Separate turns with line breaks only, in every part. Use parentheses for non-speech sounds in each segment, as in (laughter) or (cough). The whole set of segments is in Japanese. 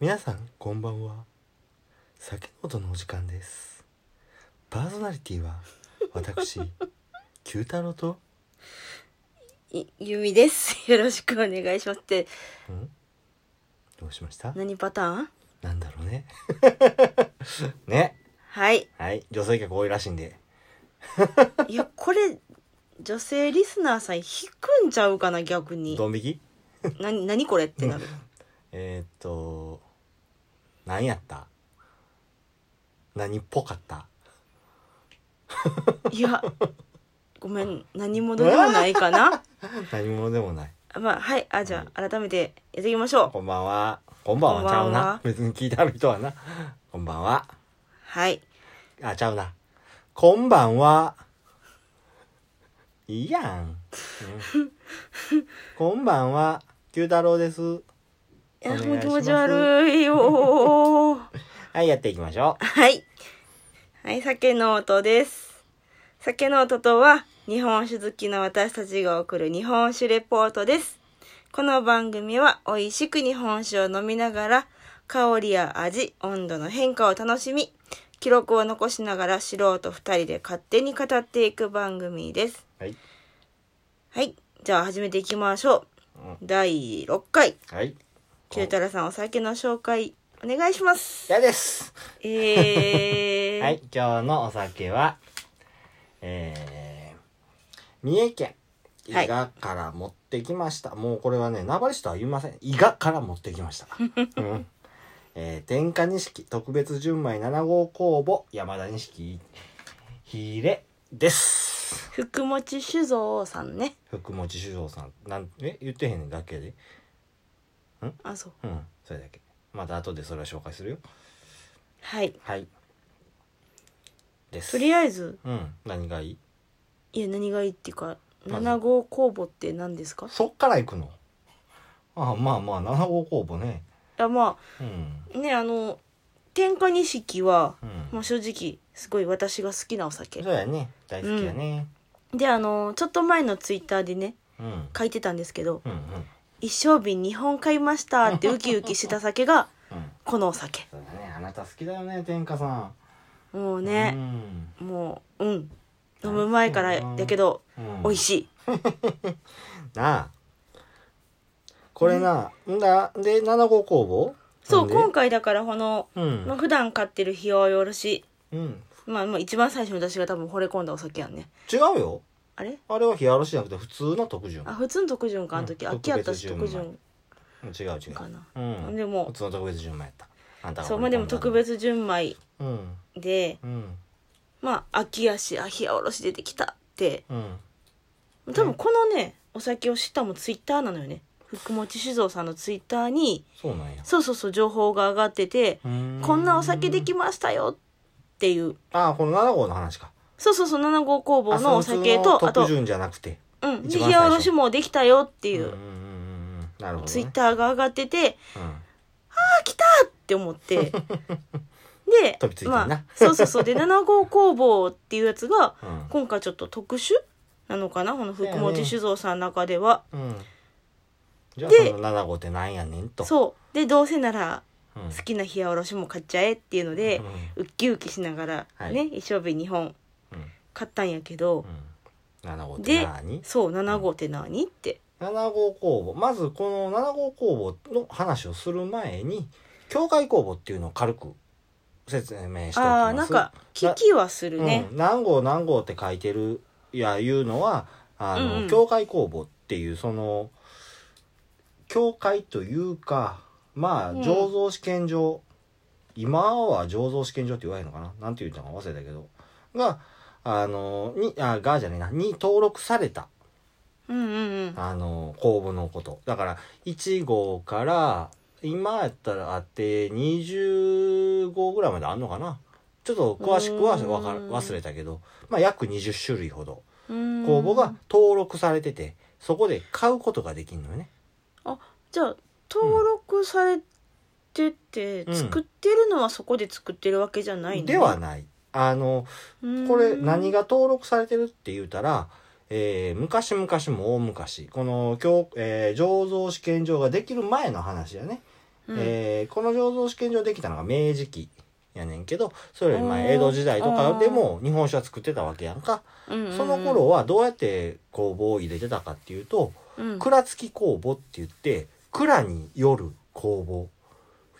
皆さんこんばんは酒の音のお時間ですパーソナリティは
(laughs)
私九太郎と
いゆみです。よ (laughs) ろしくお願いしますって、
んどうしました
何パターン
なんだろうね (laughs) ね
はい。
はい女性客多いらしいんで
いや、これ、女性リスナーさん引くんちゃうかな、逆に。
ドン引き
な、何これってなる。
えー、っと何やった何っぽかった
いや、ごめん、何者でもない
(laughs)
かな。
何者でもない
まあ、はい。あ、じゃあ、改めてやっていきましょう。
こんばんはこんばんはちゃう
こんばん
な
は
別に聞いてある人はなこんばんは
はい。
あ、ちゃうな。こんばんは。いいやん。うんこんばんは。九太郎です。
いや、
お願いします
もう気持ち悪いよー。
はい、やっていきましょ
はい。はい、酒の音です。酒の音とは、日本酒好きの私たちが送る日本酒レポートです。この番組は、美味しく日本酒を飲みながら、香りや味、温度の変化を楽しみ、記録を残しながら素人二人で勝手に語っていく番組です。
う。はい。
はい。じゃあ始めていきましょう。第6回、
はい。
九太郎さんお酒の紹介、お願いします。
嫌です。
え (laughs) ー。
はい、今日のお酒は、えー、三重県。伊
はい
賀から持ってきました。もうこれはね、名張市とは言いません。伊賀から持ってき
(laughs)
ました。うんえー、天下錦特別純米7号工房山田錦ヒレです。
福持酒造さんね
福持酒造さんなんえ言ってへんねんだけで
あそう
うんそれだけまた後でそれは紹介するよ
はい
はいです
とりあえず
うん何がいい
いや何がいいっていうか
まず
7号公募って何ですか
そっから行くのあまあまあ7号公募ね
いやま
うん
あねあの天下錦は、
うん
まあ、正直すごい私が好きなお酒
そうやね大好きやね
であのちょっと前のツイッターでね
うん、うん
書いてたんですけど
うん
「一生瓶2本買いました」ってウキウキしてた酒が
うん
このお酒
そうだねあなた好きだよね天下さ
もうんね、もううん飲む前からやけど
うん、うん、
美味しい
なあこれな、んだで7号公募
そ
な
う
ん
今
で
回だからこの、
うん
まあ、普段買ってる費用よろし
うん
まあ、まあ一番最初に私が多分惚れ込んだお酒やんね
違うよ
あれ
あれは冷やらしじゃなくて普通の特潤
あ普通の特潤かあの時、
うん
秋やったし
特
特
別純
潤
違う違う
かな
うん
でも
普通の特別純米やったあんたが
そうまあでも特別純米
うん
で
うん
まあ秋やしあ冷やおろし出てきたって
うん
多分このねお酒を知ったのもツイッターなのよね福持酒造さんのツイッターに
そうなんや
そうそうそう情報が上がってて
うー
こんなお酒できましたよっていう
あこの7号の話か
そうそうそう7号工
あ
房のお酒
その
とあと
特潤じゃなくて
うん
一
で
番最初
冷やおろしもできたよって
うん
い
うんうん
う
うんなるほどね
ツイッターが上がってて
うん
って思って
(laughs)
で
飛びついてるな
まあ、そうそうそうで7号工房っていうやつが
うん
今回ちょっと特殊なのかなこの
そ
福
うやね
持酒造さんの中では、
うんじゃあ
で
その7号ってなんやねんと
そうでどうせなら
うん
好きな冷やおろしも買っちゃえっていうので
うん、
ウッキウキしながら
はい
ね、一生瓶2本
うん
買ったんやけど
う、ん7号っ
で
て何
そう7号って何って
7号工房まずこの7号工房の話をする前に境界工房っていうのを軽く説明しておきます
ああーなんか聞きはするね
うん、何号何号って書いてるいやいうのはあの、
うんうん
境界工房っていうその境界というかまあ
うん
醸造試験場、今は醸造試験場って言わへんのかななんて言ったのか忘れたけどがあのにあがじゃねえなに登録された
うんうんうん
あの公募のことだから1号から今やったらあって20号ぐらいまであんのかなちょっと詳しくはわか
うーん
忘れたけど、まあ、約20種類ほど
うーん
公募が登録されててそこで買うことができるのよね
じゃあ登録されてて、
うん
作ってるのはそこで作ってるわけじゃないの
ではないあのこれ何が登録されてるって言うたら、えー昔々も大昔この、今日えー醸造試験場ができる前の話やね
うん
えーこの醸造試験場できたのが明治期やねんけどそれより
お
前
ー
江戸時代とかでも日本酒は作ってたわけやんか
うんうん
その頃はどうやって工房を入れてたかっていうと
うん
蔵付き工房って言って蔵による工房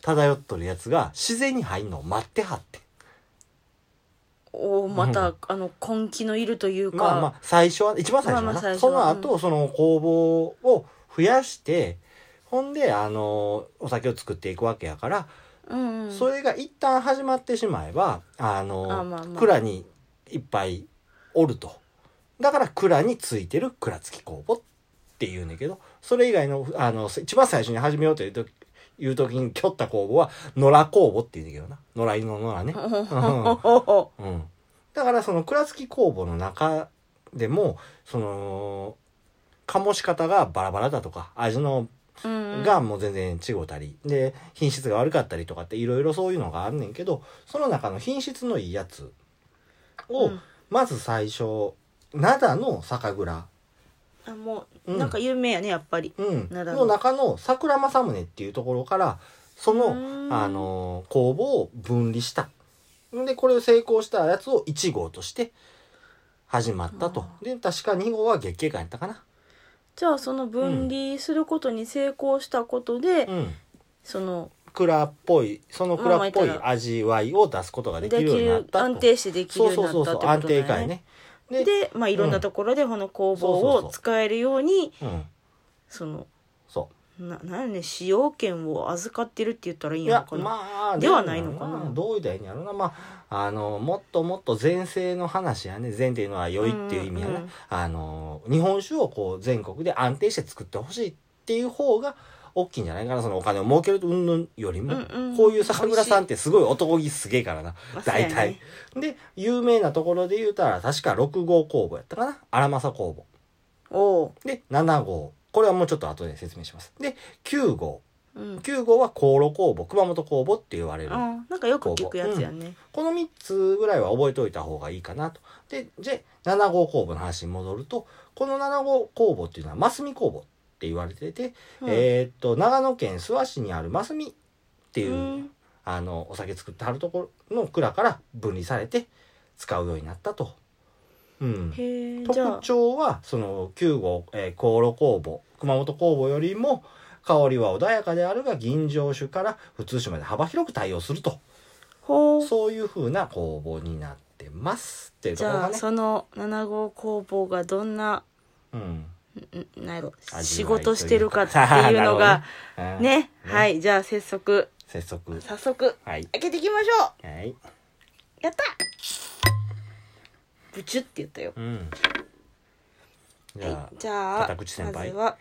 漂っとるやつが自然に入んのを待ってはって
おーま
う
た
ん
あの根気のいるというか
まあまあ最初は一番最初はな、
まあまあ最初
その
は
後その工房を増やしてほんであのお酒を作っていくわけやから、
うんうん
それが一旦始まってしまえばあの
あまあまあ
蔵にいっぱいおるとだから蔵についてる蔵付き工房っていうんだけどそれ以外のあの一番最初に始めようという時いう時にきょった工房は野良工房っていうんだけどな野良犬の野
(laughs)
良ね。うん
お
うん、だからその蔵付き工房の中でもその醸し方がバラバラだとか味の
ーうんうん
がもう全然違うたり、で品質が悪かったりとかっていろいろそういうのがあんねんけどその中の品質のいいやつを、
うん
まず最初灘の酒蔵、
あも
う
うんなんか有名やねやっぱり
うん、
灘の
の中の桜正宗っていうところからその
うーん
あの工房を分離したでこれを成功したやつを1号として始まったとで確か2号は月経館やったかな、
じゃあその分離することに成功したことで、
うん、
その
蔵っぽいその蔵っぽい
まあまあ言ったら
味わいを出すことができるようになったと
安定してできるようになったってことだよね
安定感やねで
で、まあ、いろんなところでこの工房
そうそうそ
を
う
使えるように
うん
その
そ
ななんやね使用権を預かってるって言ったらいうい
い
んや
や
ろかな、
まあ
ではないのかな
まあどういう題にやろうなまああのもっともっと前世の話やね前っていうのは良いっていう意味やね、
うんうん
あの日本酒をこう全国で安定して作ってほしいっていう方が大きいんじゃないかなそのお金を儲ける云々よりも、
うんうん
こういう酒蔵さんってすごい男気すげえからな
まあそうや
大
ね
体、で有名なところで言うたら確か6号工房やったかな荒政工房
おう
で7号これはもうちょっと後で説明しますで9号
うん、
9号は香炉工房熊本工房って言われる
あなんかよく聞くやつやね、
この3つぐらいは覚えておいた方がいいかなとでじゃあ7号工房の話に戻るとこの7号工房っていうのはますみ工房って言われてて、
うん
えーっと長野県諏訪市にあるますみっていう、
うん
あのお酒作ってはるところの蔵から分離されて使うようになったと。うん、
へえじゃ
特
あ
徴はその9号、えー、香炉工房熊本工房よりも香りは穏やかであるが吟醸酒から普通酒まで幅広く対応すると
ほう
そういう風な工房になってますっていう
じ
ところ
ゃ
が
あ
ね
その7号工房がどんな
うん
んなんやろ
味わいというか
仕事してるかっていうのが
(laughs) なるほどね
ね
うん
はいじゃあ早速
早速
早速
はい
開けていきましょう
はい
やったブチュって言ったよ
うんじゃ
はい
あ
じゃあ
片口先輩
まずは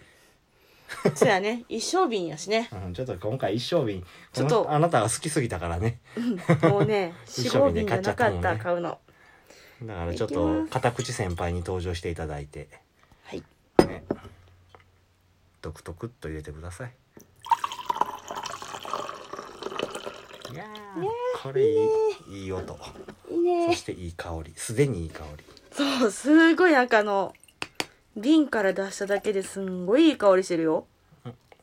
そうやね一升瓶やしね
うんちょっと今回一升瓶
ちょっ
ことのあなたが好きすぎたからね
も
(laughs)
うね
一
四
升
合
瓶で
瓶じ
買っ
ゃ
ちゃ
な
った
か
もんね
った買うの
だからちょっ
いきま
と
す
片口先輩に登場していただいて
はい
ねドクドクっと入れてくださいいやーこれいいいい音
いいね
そしていい香りすでにいい香り
そうすごいなんかあの瓶から出しただけですんごいいい香りしてるよ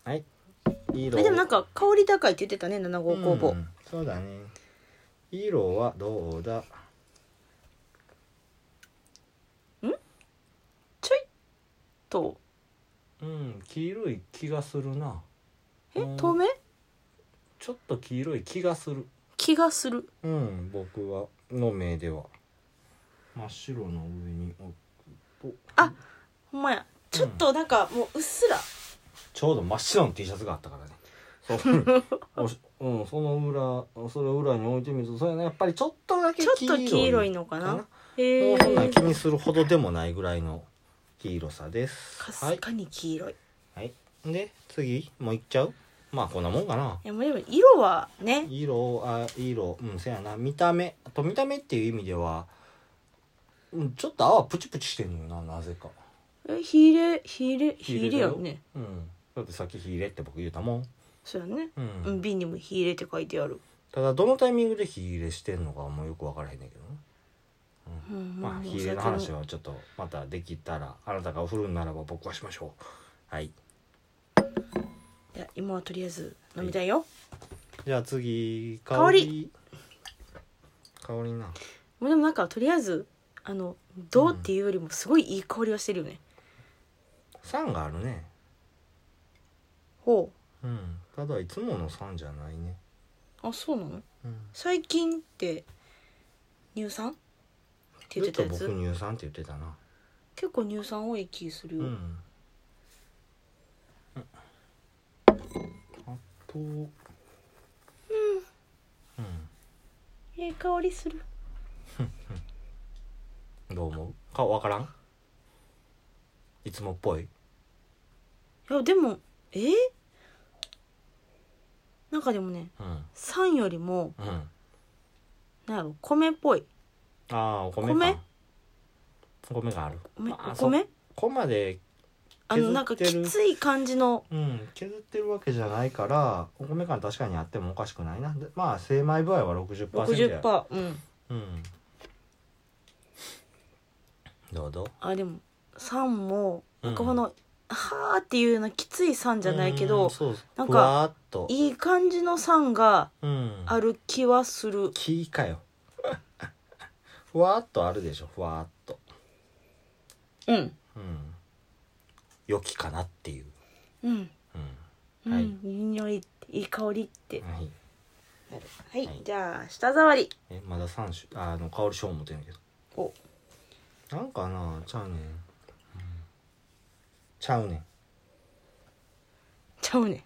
はいいい色
えでもなんか香り高いって言ってたね7号工
う
房
んそうだね色はどうだ
ちょいっと
うん黄色い気がするな
え
うん
透明
ちょっと黄色い気がする
気がする
うん僕はの目では真っ白の上に置くと
あほんまやちょっとなんかもううっすら
ちょうど真っ白の T シャツがあったからねそう
(laughs)
おしうん、その裏それを裏に置いてみるとそうやねやっぱりちょっとだけ
ちょっと黄色いのかなへ
も
え
うそんなん気にするほどでもないぐらいの黄色さです
か
は
す
い、
かに黄色い
はい、で次もういっちゃうまあこんなもんかない
やもうでも色はね
色あ色うんせやな見た目あと見た目っていう意味では、うん、ちょっと泡プチプチしてんのよななぜか
えヒレヒレヒ
火入れ
レ
だ
や
よ
ね
うんだってさっき火入れって僕言うたもん
そうやね
うん、
うん瓶にもヒレって書いてある
ただどのタイミングで火入れしてんのかもうよく分からへんねんけどね
うん
まあ
うん
火入れの話
お
はちょっとまたできたらあなたが振るんならば僕はしましょうはい
いや今はとりあえず飲みたいよ、
じゃあ次
香り
香りな
もうでもなんかとりあえずあのどうっていうよりもすごいいい香りはしてるよね、
酸があるね
ほ
うんただいつもの酸じゃないね
うあそうなの
うん
最近って乳酸って言ってたや
ずっと
つ
僕乳酸って言ってたな
結構乳酸多い気する
う
よ、
んあとうん
ええ香りする
どう思うかわからんいつもっぽい
いやでもえー、なんかでもね
うん
酸よりも
うんあ
なんやろ米っぽい
あお米か
米
お米がある
お米
まあ
お米
ここまで
あのなんか
削って
き
る
つい感じの
うん、削ってるわけじゃないからお米感確かにあってもおかしくないなでまあ精米具合は60%や
60%うん
うんどうどう
あでも酸も
うん
なんかこの、はーっていうようなきつい酸じゃないけ
う
ど
ん、そうそう
なんか
ふわーっと
いい感じの酸が
うん、
ある気はする
木かよ (laughs) ふわーっとあるでしょふわーっと
うん
うん良きかなっていう
うん、
うん
うん
はい
い、い匂いいい香りって
はい
はい、
はい
じゃあ舌触り
えまだ三種あの香り賞持ってんねんけど
お
なんかなちゃうねん、うんちゃうねん
ちゃうね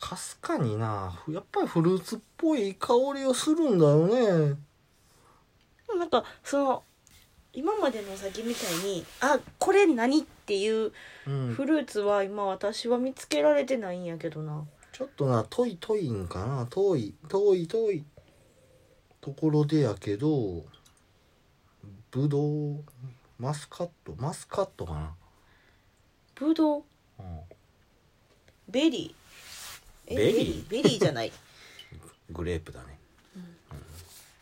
かすかになやっぱりフルーツっぽい香りをするんだよね
でもなんかその今までの先みたいにあこれ何っていう
うん
フルーツは今私は見つけられてないんやけどな
ちょっとな遠い遠いんかな遠い遠い遠いところでやけどぶどうマスカットマスカットかな、
ブドウ
う
ベリーえ
ベリー
ベリーじゃない
ん、グレープだね、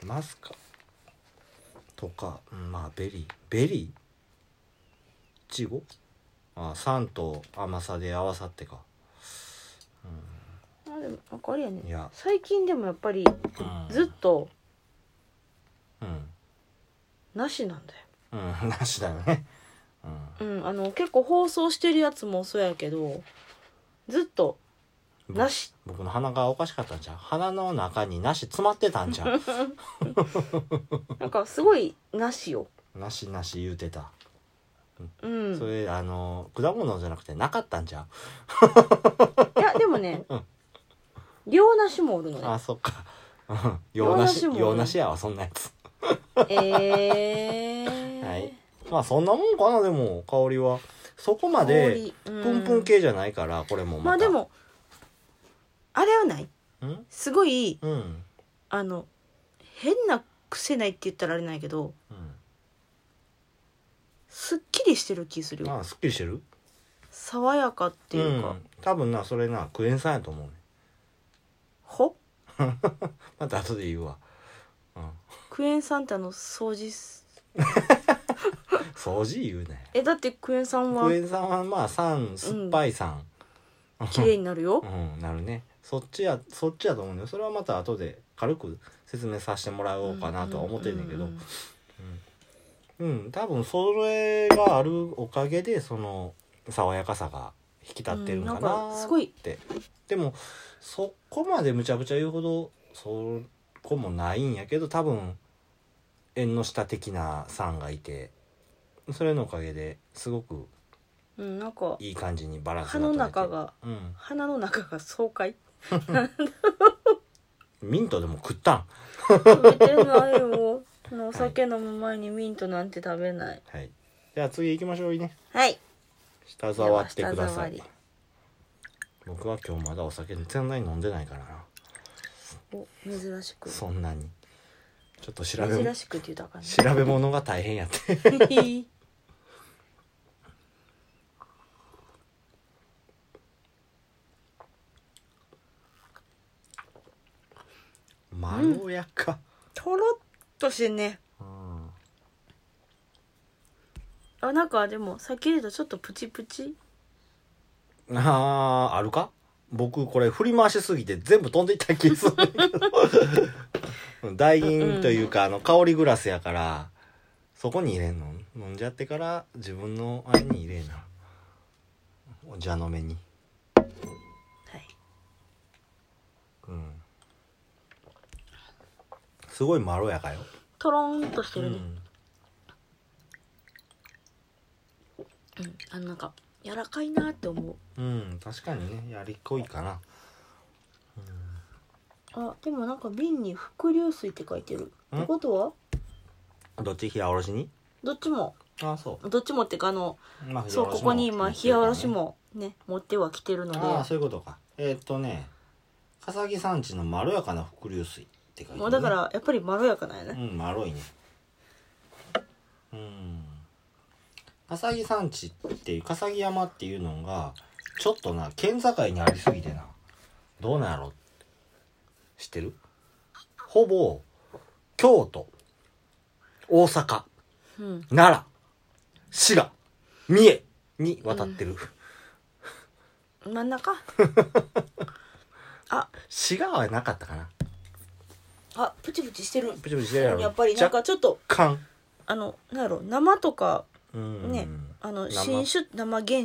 うんマスカとかうんまあベリーベリーいちごあ酸と甘さで合わさってか
あでもなんかあれやね
いや
最近でもやっぱり
うん
ずっと
うん
なしなんだよ
うん、なしだよね。うん。
うんあの結構放送してるやつもそうやけどずっとなし
僕の鼻がおかしかったんじゃう鼻の中になし詰まってたんじゃ
(laughs)
う
なんかすごいなしよ
なしなし言うてた。
うん
それ、あの、果物じゃなくてなかったんじゃ
いやでもね両なしもおるの
う
ね
あ、そっか。
(laughs)
うん洋なし、
洋梨もね
洋なしやわ、そんなやつ。
えー、
はい。まあ、そんなもんかな、でも、香りは。そこまで、
プ
プンプン系じゃないから、これも
まあ
た
で。もあれはない
うん
すごい
うん。うん。
あの変な癖ないって言ったらあれないけどすっきりしてる気するよ
まあ、すっきりしてるっ
爽やかっていうか、
多分な、それな、クエン酸やと思うね。
ほ
また後で言うわ。うん。
クエン酸ってあの掃除す
掃除言うね。
えだってクエン酸は
クエン酸はまあ酸酸っぱい酸、
綺麗になるよ
う、んなるねそっちやそっちやと思うんだよそれはまた後で軽く説明させてもらおうかなとは思ってんだけど
うんうんうん
うん多分それがあるおかげでその爽やかさが引き立ってるんか
うん
な
なんかすごい
ってでもそこまでむちゃくちゃ言うほどそこもないんやけど多分縁の下的な酸がいてそれのおかげですごく
うんなんか
いい感じにバランス
歯の
取れて
中が
うん
鼻の中が爽快
ミントでも食ったん
食べてないよあのお酒飲む前にミントなんて食べない
はいじゃあ次行きましょういいね
はい
舌触ってくだ
では舌触
さい
り
僕は今日まだお酒全然飲んでないからな
お珍しく
そんなにちょっと調べ
珍しくって言うたらあかんね
調べ物が大変やって (laughs) まろやか、
とろっとしてね
うん
ああなんかでもさっき入れたちょっとプチプチ
あーあるか僕これ振り回しすぎて全部飛んでいった気するんだけ
(laughs)
ど大銀というかあの香りグラスやからそこに入れんの飲んじゃってから自分のあれに入れなお茶の目に
はい
うんすごいまろやかよ、
とろーんとして
う
るね
ん、
うん、あのなんか柔らかいなって思う
うん、確かにねやりっこいかな
あでもなんか瓶に伏流水って書いてる
ん
ってことは
どっち冷やおろしに
どっちも
あそう
どっちもってかあの
まあ
そうここに今冷やおろしもね持ってはきてるので
ああそういうことかえーっとね笠木山地のまろやかな伏流水って書いてあるね
もうだからやっぱりまろやかなんや
う
ね、
んまろいねうん笠木山地っていう笠木山っていうのがちょっとな県境にありすぎてなどうなんやろ知ってるほぼ京都大阪
うん、
奈良滋賀三重に渡ってる、
真ん中あ
滋賀はなかったかな
あプチプチしてる
プチプチしてるやろ
やっぱりなんかちょっと
若干
あのなんやろ生とか
うん
ねあの
生
新種生原
う
種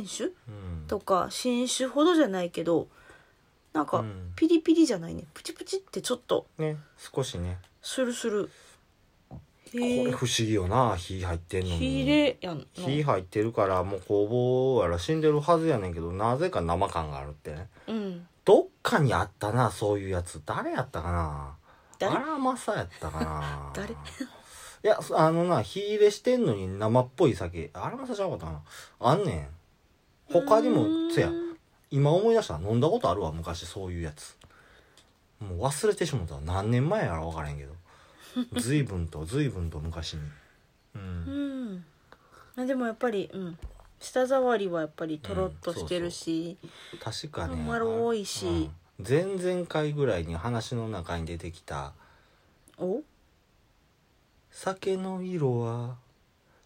ん
とか新種ほどじゃないけどなん
う
か
ん
ピリピリじゃないねプチプチってちょっと
ね少しね
するする
これ
へえ
不思議よな火入ってんの
火
に
入れやんな
火入ってるからもう工房やら死んでるはずやねんけどなぜか生感があるってね
うん
どっかにあったなそういうやつ誰やったかな
誰
あらまさやったかな
(laughs) 誰
(laughs) いやそあのな火入れしてんのに生っぽい酒あらまさちゃうかったかなあんねん他に
うー
も
ん
せや今思い出した飲んだことあるわ昔そういうやつもう忘れてしもた何年前やら分からへ
(laughs)
んけど随分と随分と昔にう
うんんあでもやっぱりうん舌触りはやっぱりとろっとしてるし、
確かね
まろいし
うん前々回ぐらいに話の中に出てきた
お
「酒の色は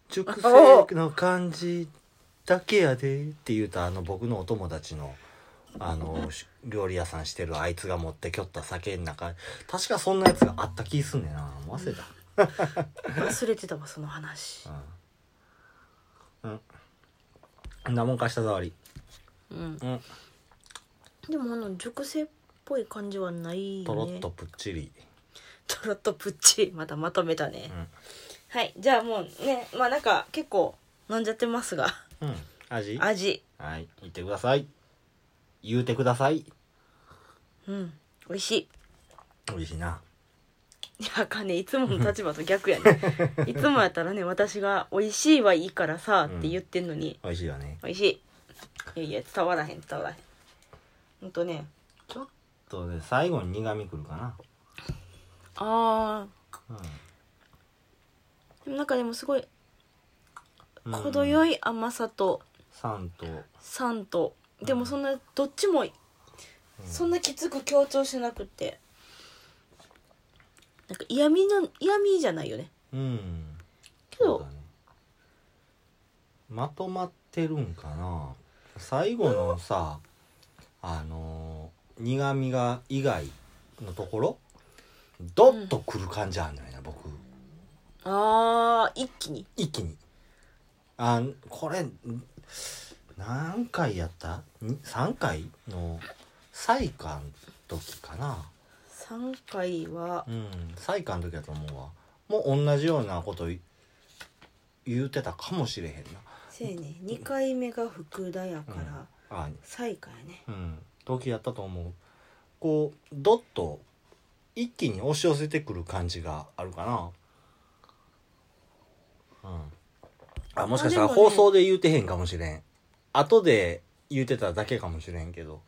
熟成の感じだけやで」って言うたあの僕のお友達の。あのし料理屋さんしてるあいつが持ってきょった酒の中確かそんなやつがあった気すんねんな忘れた、
忘れてたわその話
うん。うん。なもんかした触り。
うん
うん。
でもあの熟成っぽい感じはないね
とろっとぷっちり。
とろっとプッチリまたまとめたね、
ん
はいじゃあもうねまあなんか結構飲んじゃってますが
うん。味
味
はい。言ってください。言うてください。
うん美味しい
美味しいな。
いやあかんねいつもの立場と逆や
(laughs)
ねいつもやったらね私が「美味しいはいいからさ」って言ってんのに、
美味しいよね。
美味しいいやいや伝わらへん伝わらへんほんとね
ちょっとね、最後に苦味くるかな。
あ
うん。
ーでもなんかでもすごい
うん
程よい甘さと
酸と。
酸とでもそんなどっちもそんなきつく強調しなくてなんか嫌味の嫌味じゃないよね
うん。
け
そう
ど
だね。まとまってるんかな。最後のさ、あのー苦味が以外のところ、ドッとくる感じあるのよな、僕。
あー一気に
一気に。あ、これ、ん何回やったに ?3 回の、サイカの時かな。
3回は
うん、サイカの時やと思うわ。もう同じようなことい言うてたかもしれへんな。
せやね2回目が福田やから、
うん、あ
最下やね
うん時やったと思うこうドッと一気に押し寄せてくる感じがあるかなうんあもしかしたら
あでもね
放送で言うてへんかもしれん後で言うてただけかもしれんけど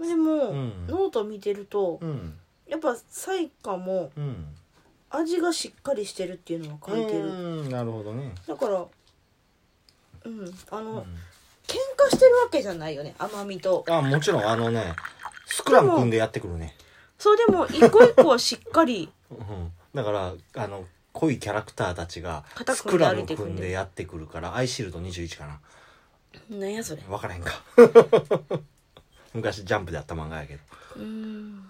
でも、
うん
ノート見てると
うん
やっぱ最下も
うん
味がしっかりしてるっていうのが書いてる
うんなるほどね
だからうんあの、
うん
喧嘩してるわけじゃないよね甘みと
あもちろんあのねスクラム組んでやってくるね
そうでも一個一個はしっかり
うんだからあの濃いキャラクターたちが
肩
ス
組
ク
んで
ラ
歩
ム
いてくんで
組んでやってくるからアイシールド21かな
なんやそれ
分からへん
(laughs)
か昔ジャンプでやった漫画やけど
うー
う
ん
ん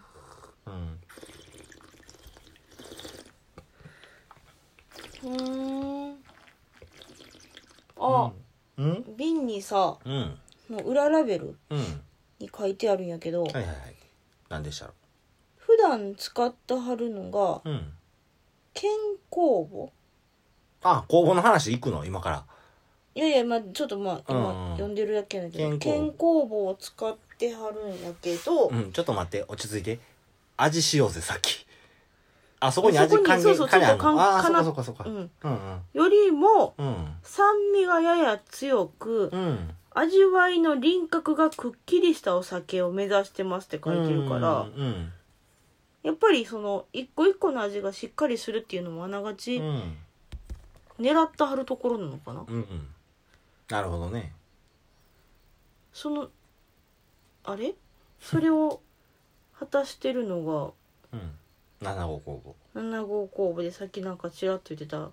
うーんあ、
うん
瓶にさ
うん
の裏ラベル
うん
に書いてあるんやけど、
はいはいはい何でしたろ
普段使ってはるの
う
が
うん
健康簿
あ工房の話行くの今から
いやいやまあちょっとまあ
うんうん
今読んでるだけやねんけ
健
ど、
康
健康簿を使ってはるんやけど、
うんちょっと待って落ち着いて味しようぜさっきあそこに
そ
味
こに
関係
そうそう
関係ある
そこ
のあー
か
そうか
んかな
そうかそうか
う
うん
ん、
うん
よりも
うん
酸味がやや強く、
うん
味わいの輪郭がくっきりしたお酒を目指してますって書いてるか
う
ら、
んうん
やっぱりその一個一個の味がしっかりするっていうのもあながち、
うん
狙ってはるところなのかな、
うんうんなるほどね
そのあれそれを果たしてるの
うん7号工房
が7号工房でさっきなんかちらっと言ってた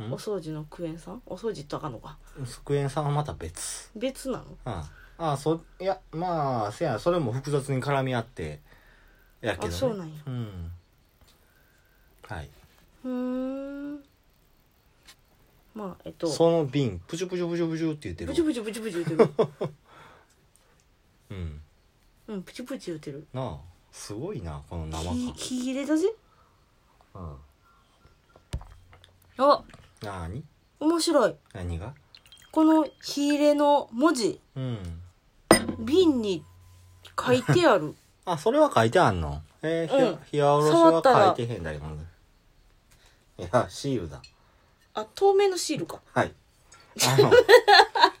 うん
お掃除のクエンさんお掃除ってあかんのか
スクエンさんはまた別
別なの
あああそいやまあせやそれも複雑に絡み合ってやけど、ね、
あそうなんや
うんはいう
ーんまあえっと
その瓶プチュプチュプチュプチュって言ってる
ブチュブチュブチュブチュ言ってる
うん
うんプチプチ言ってる
なあすごいなこの生
き木切れだぜ
感うん
あ
なあに
面白い
何が
この火入れの文字
うん
瓶に書いてあ (laughs) る
あそれは書いてあんのえーひや
うん
ひやおろし
触った
は
ら
書いてへんだけどねいやシールだ
あ透明のシールか
はい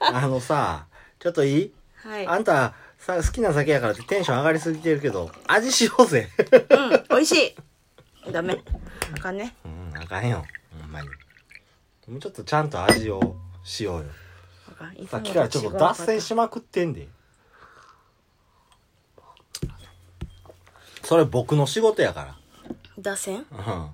あ
(laughs)
のあのさちょっといい
はい
あんたさ好きな酒やからってテンション上がりすぎてるけど味しようぜ
うん美味しいダメあかんね
(laughs) うんあかんよほんまにもうちょっとちゃんと味をしようよ
あかんいつ
さ
も
っ
と
きからちょっと脱線しまくってんでそれ僕の仕事やか
脱線
らうん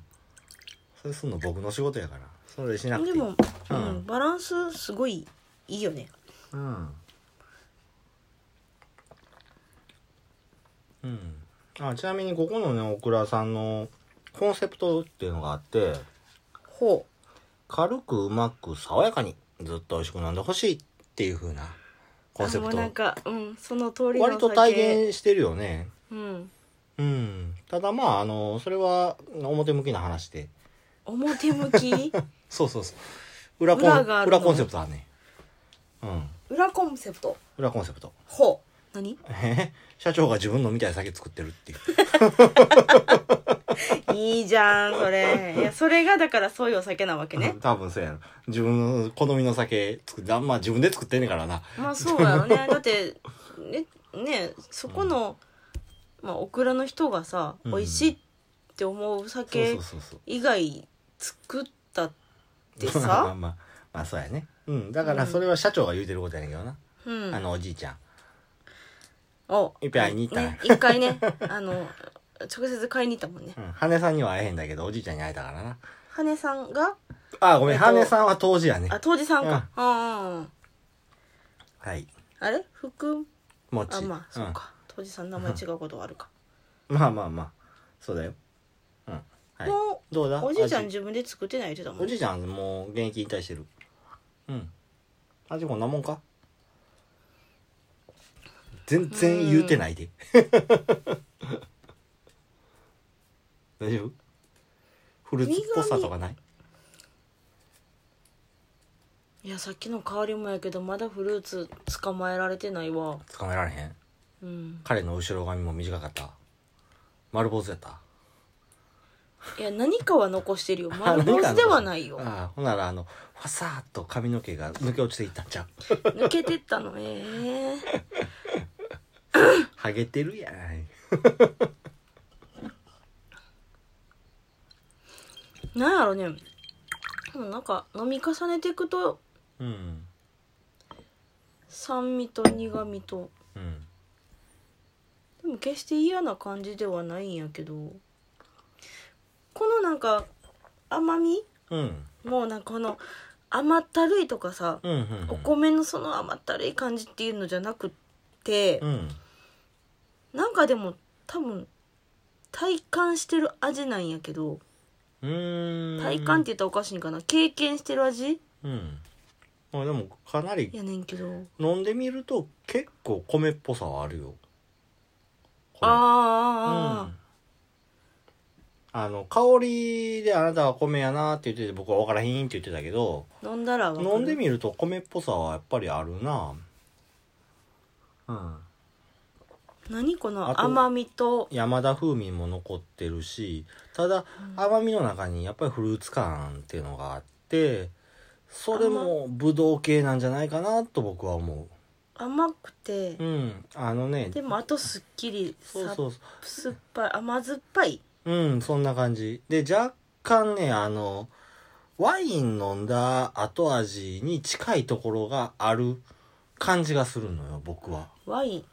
それすんの僕の仕事やからそれしなくてい
で
い
も、う
うん
んバランスすごいいいよね
うんうんあちなみにここのねオクラさんのコンセプトっていうのがあって
ほ
軽くうまく爽やかにずっと美味しく飲んでほしいっていう風な
う
コンセプ
あもうなん
ト
かうんその通りの
割と体現してるよね
うん
うんただまああのそれは表向きな話で
表向
(laughs)
き
そうそうそう裏コン
裏があるの
裏コンセプトはねうん
裏コンセプト
裏コンセプト (laughs)
ほう何
え社長が自分のみたい酒作ってるっていう
いいじゃんそれいやそれがだからそういうお酒なわけね
多分そうやろ自分の好みの酒作ってあんま自分で作ってんねんからな
まあそうやろねだってねねそこの、まあ、オクラの人がさ、
うん
美味しいって思う
そうそ
酒
うそうそう
以外作ったって
(laughs) まあまあ
さ、
まあまあそうやねうんだからそれは社長が言うてることやねんけどな、
うん、
あのおじいちゃん
お
いっぺん会いに行ったね
ね一回ねあの直接買いに行ったもんね
うん、羽さんには会えへんだけどおじいちゃんに会えたからな
羽さんが
あごめん、
えっと
羽さんは当時やね
あ当時さんか、うんうんうん、
はい
あれ福
もち
あまあそうか、当時さん名前違うことがあるか、
うんまあまあまあそうだようんはい
も
どうだ
おじいちゃん
味
自分で作ってない言ってたも
お
ん
じいちゃんもう現役引退してるうん味こんなもんか全然言うてない
(laughs)
で大丈夫フルーツっぽさとかない
いやさっきの香りもやけどまだフルーツ捕まえられてないわ
捕まえられへん
うん
彼の後ろ髪も短かった丸坊主やった
いや何かは残してる (laughs) よ丸坊主ではないよ
ああほんならあのファサーっと髪の毛が抜け落ちていったんちゃう
抜けてったのええ
ハゲてるやん
なんやろねでもなんか飲み重ねていくと
うん
酸味と苦味と
うん
でも決して嫌な感じではないんやけどこのなんか甘み
うん
もうなんかこの甘ったるいとかさ、
うんうん
お米のその甘ったるい感じっていうのじゃなくって、
うん
なんかでも多分体感してる味なんやけど
うーん
体感って言ったらおかしいんかな経験してる味
うんまあでもかなり
やねんけど
飲んでみると結構米っぽさはあるよこれ
あーあーあー、
あの香りであなたは米やなって言ってて僕は分からへんって言ってたけど
飲んだらわかる
飲んでみると米っぽさはやっぱりあるなうん
何
あ
この
と
甘みと
山田風味も残ってるしただ甘みの中にやっぱりフルーツ感っていうのがあってそれもブドウ系なんじゃないかなと僕は思
甘くて
ううんあのね
でもあとすっきりさ
そうそうそ
酸っぱい甘酸っぱいう
うんそんな感じで若干ねあのワイン飲んだ後味に近いところがある感じがするのよ僕は
ワイン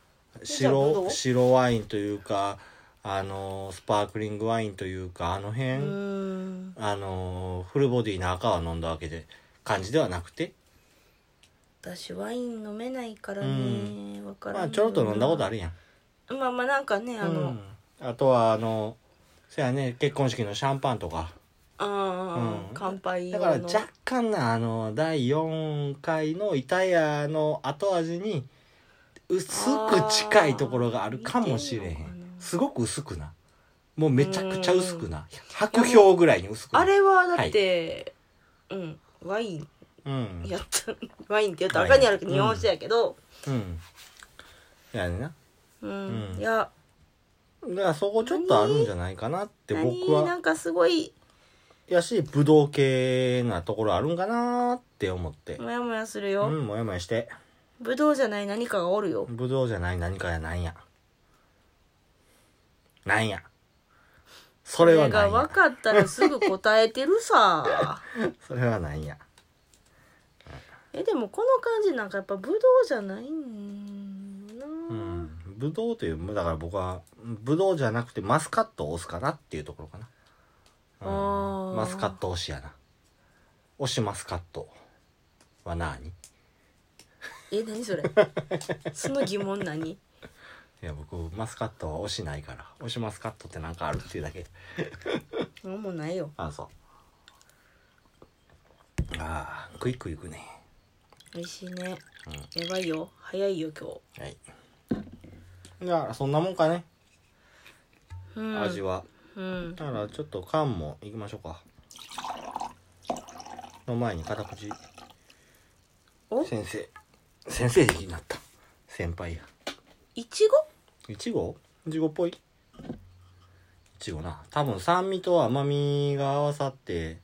じゃあブド
白
ウ
白ワインというかあのスパークリングワインというかあの辺、
うーん
あのーフルボディの赤は飲んだわけで感じではなくて、
私ワイン飲めないから
う
ねわからん
まあ、ちょろっと飲んだことあるやん
るまあまあなんかねあ
あ,、う
の、
ん、あとはあのそやね結婚式のシャンパンとか
ああ、
うん
乾杯
だから
用の
若干なあの第4回のイタリアの後味に薄く近いところがあるかもしれへ
あー似てんの
ん
かな
すごく薄くなもうめちゃくちゃ薄くな白氷ぐらいに薄くな
あれはだって、うんワイン
うん
やった (laughs) ワインって言ったらあかんやろけど
ワイ
日
ン
本酒やけど
うんやねんな
うん、
うん
いや
だからそこちょっとあるんじゃないかなって僕
何
は
なんかすごい
やし、武道系なところあるんかなーって思って。
モヤモヤする
う
よ、
ん、もやもやして。
ぶどうじゃない何かがおるよ
武道じゃない何かやなんや。なんや。それはな
が
んや
分。かったらすぐ答えてるさ
それはなんや。
えでもこの感じなんかやっぱぶどうじゃないんだな、
うん。武道という、だから僕は、武道じゃなくてマスカットを押すかなっていうところかな。うん
あー
マスカット推しやな。推しマスカットは何い
え何それ (laughs) その疑問何
や、僕、マスカットは推しないから。推しマスカットってなんかあるっていうだけ。
何もないよ
あそうああクイックいくね
美味しいね、やばいよ早いよ今
はいだからそんなもんかね、
日、うん、
味は
うん
だからちょっと缶もいきましょうかの前に片口
お
先生先生的になった先輩や
いちご (laughs)
いちごいちごっぽいいちごな多分酸味と甘みが合わさって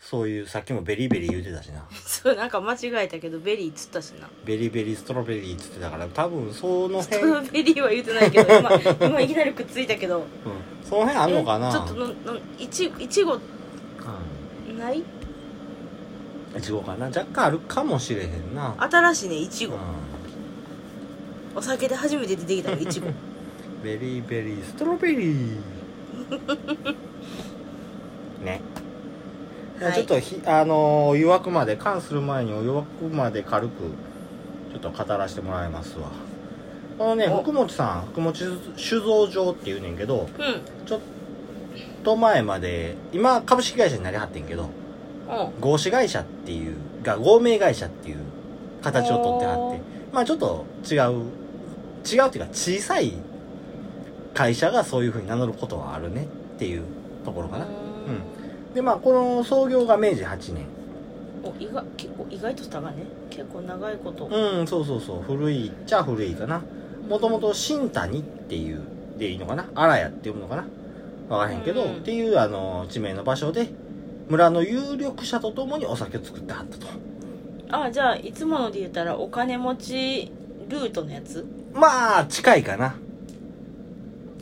そういうさっきもベリーベリー言うてたしな
そうなんか間違えたけどベリーっつったしな
ベリーベリーストロベリーっつってたから多分その
(laughs) スト
辺
ロベリーは言うてないけど今今いきなりくっついたけど
うんその辺あんのかな
えちょっとののいちいちごない
うんいちごかな若干あるかもしれへんな
新しいねいち
う
ご
ん
お酒で初めて出て
(laughs)
きたのいちご
ベリーベリーストロベリ
(laughs)
ーね、
はい
ちょっとひあのーお湯沸くまで缶する前にお湯沸くまで軽くちょっと語らせてもらいますわこのね
お
福持さん福持酒造場っていうねんけど
うんうん
ちょっと前まで今株式会社になりはってんけど合資会社っていうが合名会社っていう形を取ってはってまあちょっと違う違うっていうか小さい会社がそういうふうに名乗ることはあるねっていうところかなでまあこの創業が明治8年
お意外結構意外としたがね結構長いこと、
うんそうそうそう古いっちゃ古いかなもともと新谷っていうでいいのかな荒谷って読むのかなわからへんけど、
うん
っていうあの地名の場所で村の有力者と共にお酒を作ってはったと
あじゃあいつもので言ったらお金持ちルートのやつ
まあ、近いかな。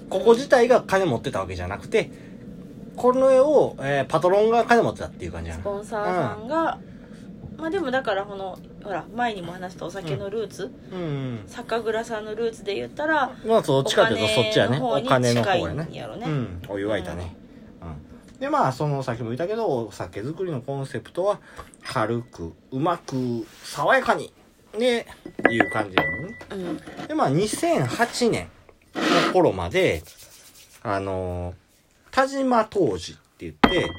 ここ自体が金持ってたわけじゃなくて、この絵を、えーパトロンが金持ってたっていう感じや
ス
な。
ポンサーさんが、まあでもだからこのほら前にも話したお酒のルーツ、
うんうん。
酒蔵さんのルーツで言ったら
まあ、そう、
お
近いというとそっちやね。お金の方や
に近いん
ね。
やろね
うん。お湯沸いたね。うん。でまあその先も言ったけどお酒造りのコンセプトは軽くうまく爽やかにねいう感じなのね。
うん
でまあ2008年の頃まであの田島当時って言って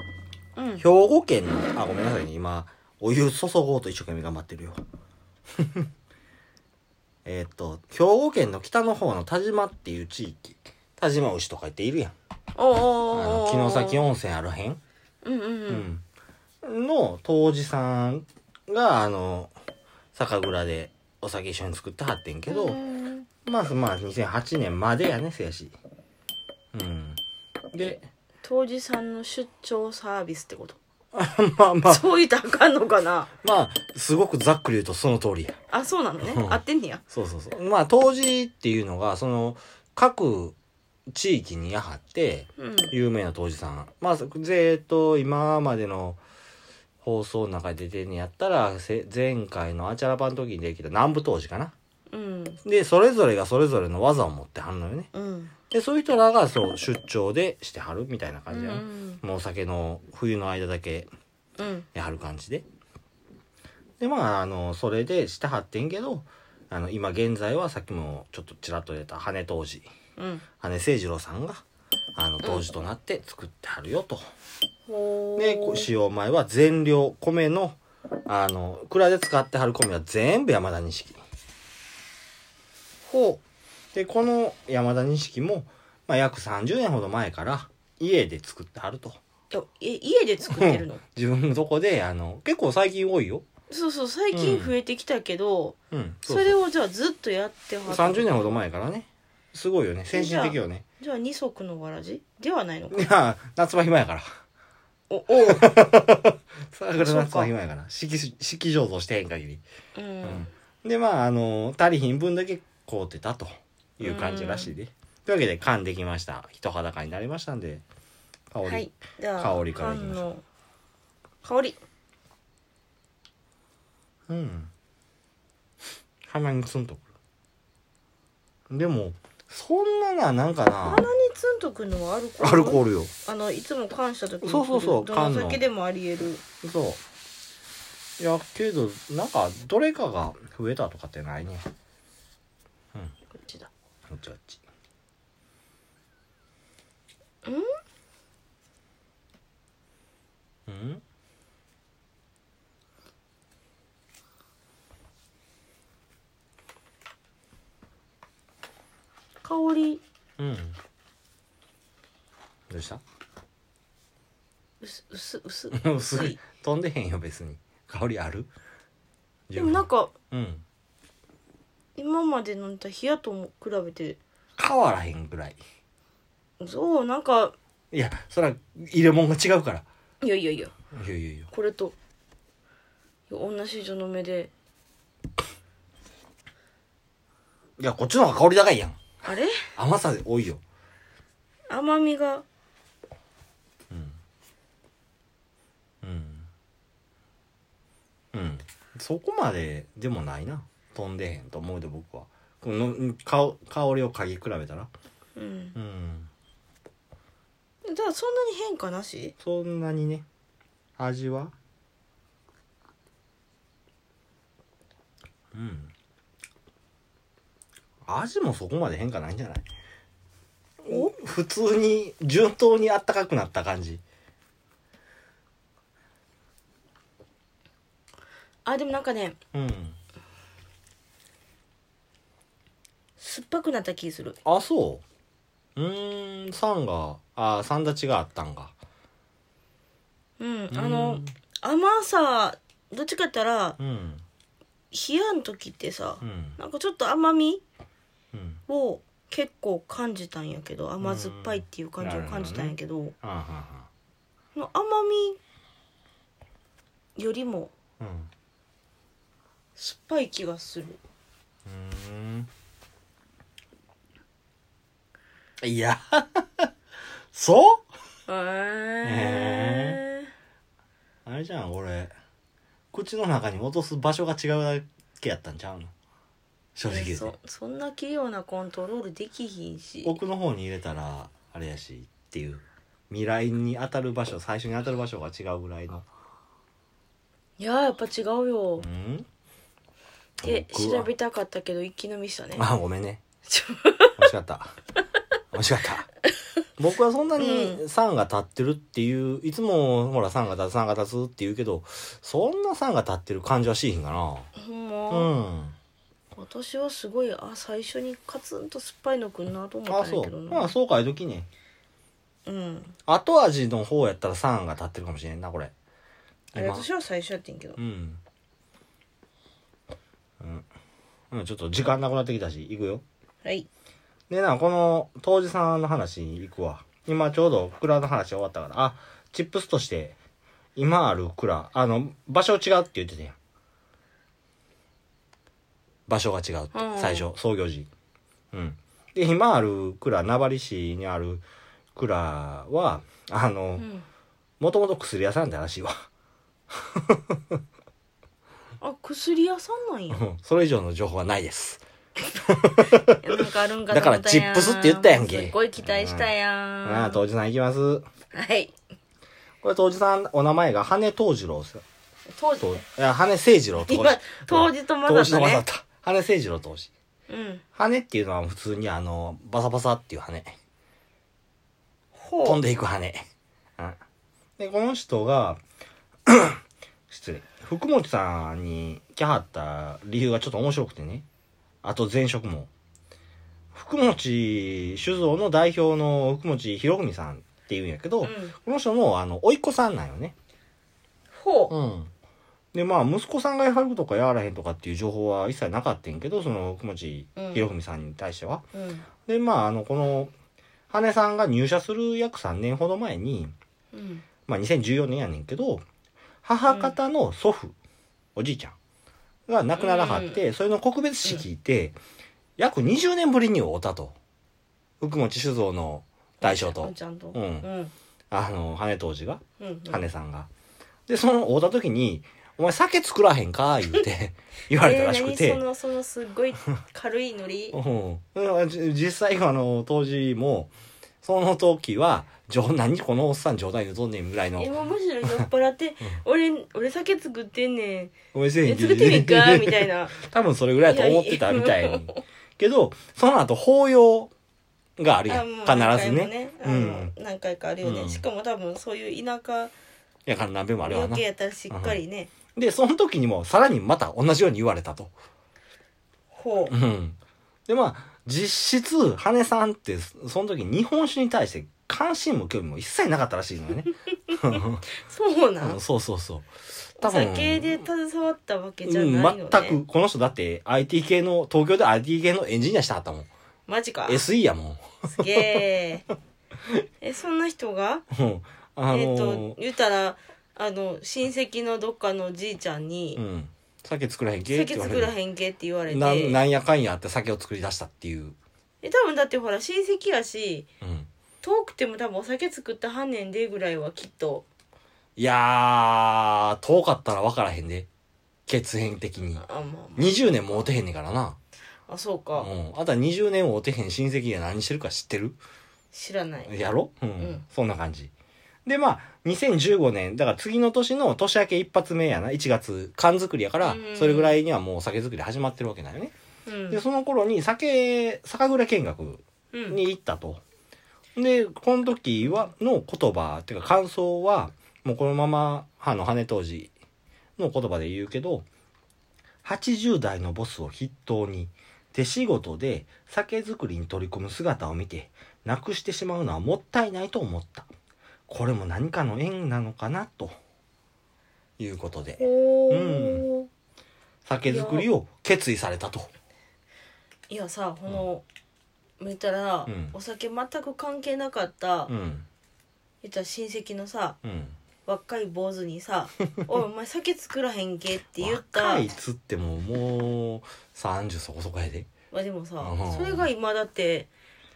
うん
兵庫県のあごめんなさいね今お湯注ごうと一生懸命頑張ってるよ (laughs) えっと兵庫県の北の方の田島っていう地域田島牛とか言っているやん
お
あ
ーお
の
ー
城崎温泉あるへん、
うんうんう
うんん、の当時さんがあの酒蔵でお酒一緒に作ってはってんけど、
うん
まあまあ2008年までやねせやしうんで
当時さんの出張サービスってこと
(laughs) まあまあ
そう言ったらあかんのかな
まあすごくざっくり言うとその通りや
あそうなのね
うん
合ってんねや
そうそうそう。まあ、当時っていうのが、その、各地域にやはって、
うん
有名な当時さん。まあ、ぜーっと、今までの放送の中で出てんねやったら、せ前回のアチャラパンの時にできた南部当時かな。
うん
で、それぞれがそれぞれの技を持ってはんのよね。
うん
で、そういう人らが、そう、出張でしてはるみたいな
う
感じやな。
ん
もうお酒の冬の間だけ
うん
やはる感じで。で、まあ、あの、それでしてはってんけど、あの、今現在はさっきもちょっとちらっと出た羽当時、
うん
羽誠二郎さんが、あの、当時となって作ってはるよと。
ほー
で、こ使用前は全量米の、あの、蔵で使ってはる米は全部山田錦。ほう。で、この山田錦も、まあ、約30年ほど前から家で作ってはると。
いやえ家で作ってるの
自分のとこで、あの、結構最近多いよ。
そうそう最近増えてきたけど、
うん。うう
それをじゃあずっとやってはった
30年ほど前からねすごいよね先進的よね
じゃあ二足のわらじではないのか
いや夏場暇やから
おおう、
(laughs) 桜夏場暇やから式式醸造してへん限り、
う
うん
ん、
でまああの足りひん分だけ凍ってたという感じらしいで、というわけで噛んできました人裸になりましたんで香り、
はいじゃあ
香りからいきましょう
缶の香り
うん鼻にツンとくるでもそんなななんかな
鼻にツンとくのはアルコー
ア
ル
ルコールよ
あのいつも缶した時に
そうそうそう
どの
缶の
酒でもありえる
そういやけどなんかどれかが増えたとかってないね
こっちだ
こっちこっちうん
香り
うんどうした
薄薄薄
(laughs) 薄い飛んでへんよ別に香りある
(laughs) でもなんか
十分うん
今まで飲んだ冷やとも比べて
変わらへんぐらい
そうなんか
いやそら入れ物が違うから
いやいやいや
いやいやいや
これといや同じの目で
いやこっちの方が香り高いやん
あれ
甘さで多いよ
甘みが
うんうんそこまででもないな飛んでへんと思うで僕はこのうん香香りを嗅ぎ比べたら
うん
うん
だからそんなに変化なし
そんなにね味はうん味もそこまで変化ないんじゃないお普通に順当にあったかくなった感じ
あでもなんかね
うん
酸っぱくなった気する
あそううーん酸があ酸立ちがあったんか
うん
ん
あの甘さどっちかって言ったら
うん
冷やん時ってさ
うん
なんかちょっと甘み
うん
を結構感じたんやけど甘酸っぱいっていう感じを感じたんやけど
あはんは
その甘みよりも
んはんうん
酸っぱい気がする
うーんいや (laughs) そう
へえ
あれじゃん俺口の中に落とす場所が違うだけやったんちゃうの正直言う
そ
と
そんな器用なコントロールできひんし
奥の方に入れたらあれやしっていう未来に当たる場所最初に当たる場所が違うぐらいの
いやーやっぱ違うよ
うん
で
僕は
調べたかったけど一気飲みしたね
あごめんね
ち
惜しかった惜しかった僕はそんなに酸が立ってるっていういつもほら酸が立つ酸が立つって言うけどそんな酸が立ってる感じはしいひんかな
ょほんま、
うん
私はすごいあ最初にカツンと酸っぱいのくんなと思
あ
ったん
そ
やけど
う
な
まあそうかいときに
うん
後味の方やったら酸が立ってるかもしれんなこれ
あれ私は最初やってんけど
うん、うん、うんちょっと時間なくなってきたし行くよ
はい
でなこの当時さんの話行くわ今ちょうど蔵の話終わったからあチップスとして今ある蔵あの場所違うって言ってたやん場所が違うって、
うん
最初創業時うんで今ある蔵名張市にある蔵はあの
うん
もともと薬屋さんだらしいわ
あ薬屋さんなんや
うんそれ以上の情報はないです
いやなんかあるんか
だから
と思たやん
チップスって言ったやんけ
すっごい期待したやん
ああ当時さん行きます
はい
これ当時さんお名前が羽根東次郎ですよ
当時
といや羽根誠二郎
今当時と混ざった
当時と混ざ
ね
った羽根誠二郎当時
うん
羽根っていうのは普通にあのバサバサっていう羽根
ほう
飛んでいく羽根、うん、でこの人が (coughs) 失礼福本さんに来はった理由がちょっと面白くてねあと前職も福本酒造の代表の福本博文さんっていうんやけど、
うん
この人のあの甥っ子さんなんよね
ほう
うん。で、まあ、息子さんがやるとかやらへんとかっていう情報は一切なかったんやけど、その、熊地博文さんに対しては。
うん
で、まあ、あの、この、羽根さんが入社する約3年ほど前に、
うん
まあ、2014年やねんけど、母方の祖父、おじいちゃんが亡くならはって、それの告別式で、約20年ぶりに会うたと。福本酒造の大将と、
ちゃんと
うん
うん
あの、羽根当時が。
うん
羽根さんが。で、その、会うた時に、お前酒作らへんか言う
(laughs)
て、言われたらしく
えー
て
何そ。のそのすっ
(laughs)
ごい軽いノリ
うん、じ実際あの当時もその時は冗談にこのおっさん冗談言うとんねんぐらいの
えもうむしろ酔っ払って「俺俺酒作ってんねん
「お店
え作ってみっか」みたいな
(laughs) 多分それぐらいだと思ってたみたいにけどその後法要があるや
あ
ん
もう
必ずね
何回もねあ
う
の何回かあるよね、
うん
しかも多分そういう田舎
やから何べもあるわ
余
な
計やったらしっかりね、
でその時にもさらにまた同じように言われたと
ほ
うん。で、まあ、実質、羽根さんって、そその時日本酒に対して関心も興味も一切なかったらしいのよ
(laughs)
ね。
うそうな
うんん、そうそうそう。
お酒で携わったわけじゃないのね、
うん、全く、この人だって IT 系の、東京で IT 系のエンジニアしてはったもん。
マジか
SE やもん。
すげえ (laughs) えそんな人が、
うんあの
えっ、
ー
と言ったらあの親戚のどっかのじいちゃんに
うん。酒作らへん
「
けって
酒
言わ
作ら
れ
へんけ」って言われ
て。
て
なんなんやかんやあって酒を作り出したっていう。
え多分だってほら親戚やし
うん。
遠くても多分お酒作ったはんねんでぐらいはきっと
いやー、遠かったら分からへんで。血縁的に。
あまあま
20年もうてへんねんからな。
ああそうか、
うん、あとは20年会うてへん親戚が何してるか知ってる
知らない
やろ、うん
ん
そんな感じでまあ2015年だから次の年の年明け一発目やな1月缶作りやから
うん
それぐらいにはもう酒造り始まってるわけだよね、
うん
でその頃に酒酒蔵見学
うん
に行ったと、でこの時はの言葉っていうか感想はもうこのままあの羽当時の言葉で言うけど80代のボスを筆頭に手仕事で酒造りに取り組む姿を見てなくしてしまうのはもったいないと思ったこれも何かの縁なのかなということで
ほー
酒造りを決意されたと
いやさこの、言ったら、
うん
お酒全く関係なかった、
うん
言ったら親戚のさ
うん
若い坊主
(laughs)
にさ「おいお前酒作らへんけ」って言った
若いっつってももう30そこそこやで
まあでもさ、
うん
それが今だって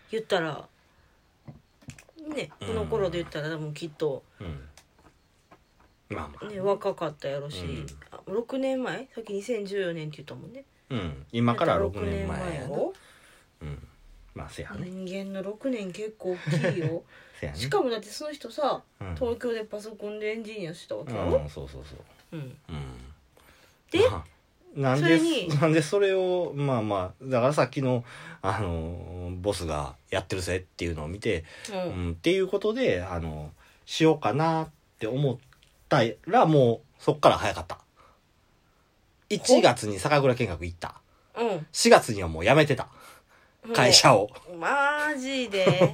言ったらねこの頃で言ったら多分きっと、
うんまあまあ
ね、若かったやろし、
うん
あ6年前さっき2014年って言ったもんね
うん今から6年前や
やっ
な
たら六
うんままあせやね
人間の6年結構大き
(laughs)
いよ
せやね
しかもだってその人さ、
うん
東京でパソコンでエンジニアしてたわけだ
う
ろ、
んそうそうそう
うん
うん
で
まあなん
そ
で
れに
なんでそ (laughs) れをまあまあだからさっきのあのボスがやってるぜっていうのを見て、
う
うんん、っていうことであのしようかなって思ったらもうそっから早かった1月に酒蔵見学行った
うん
4月にはもう辞めてた会社を
もうマ
(laughs)
ジで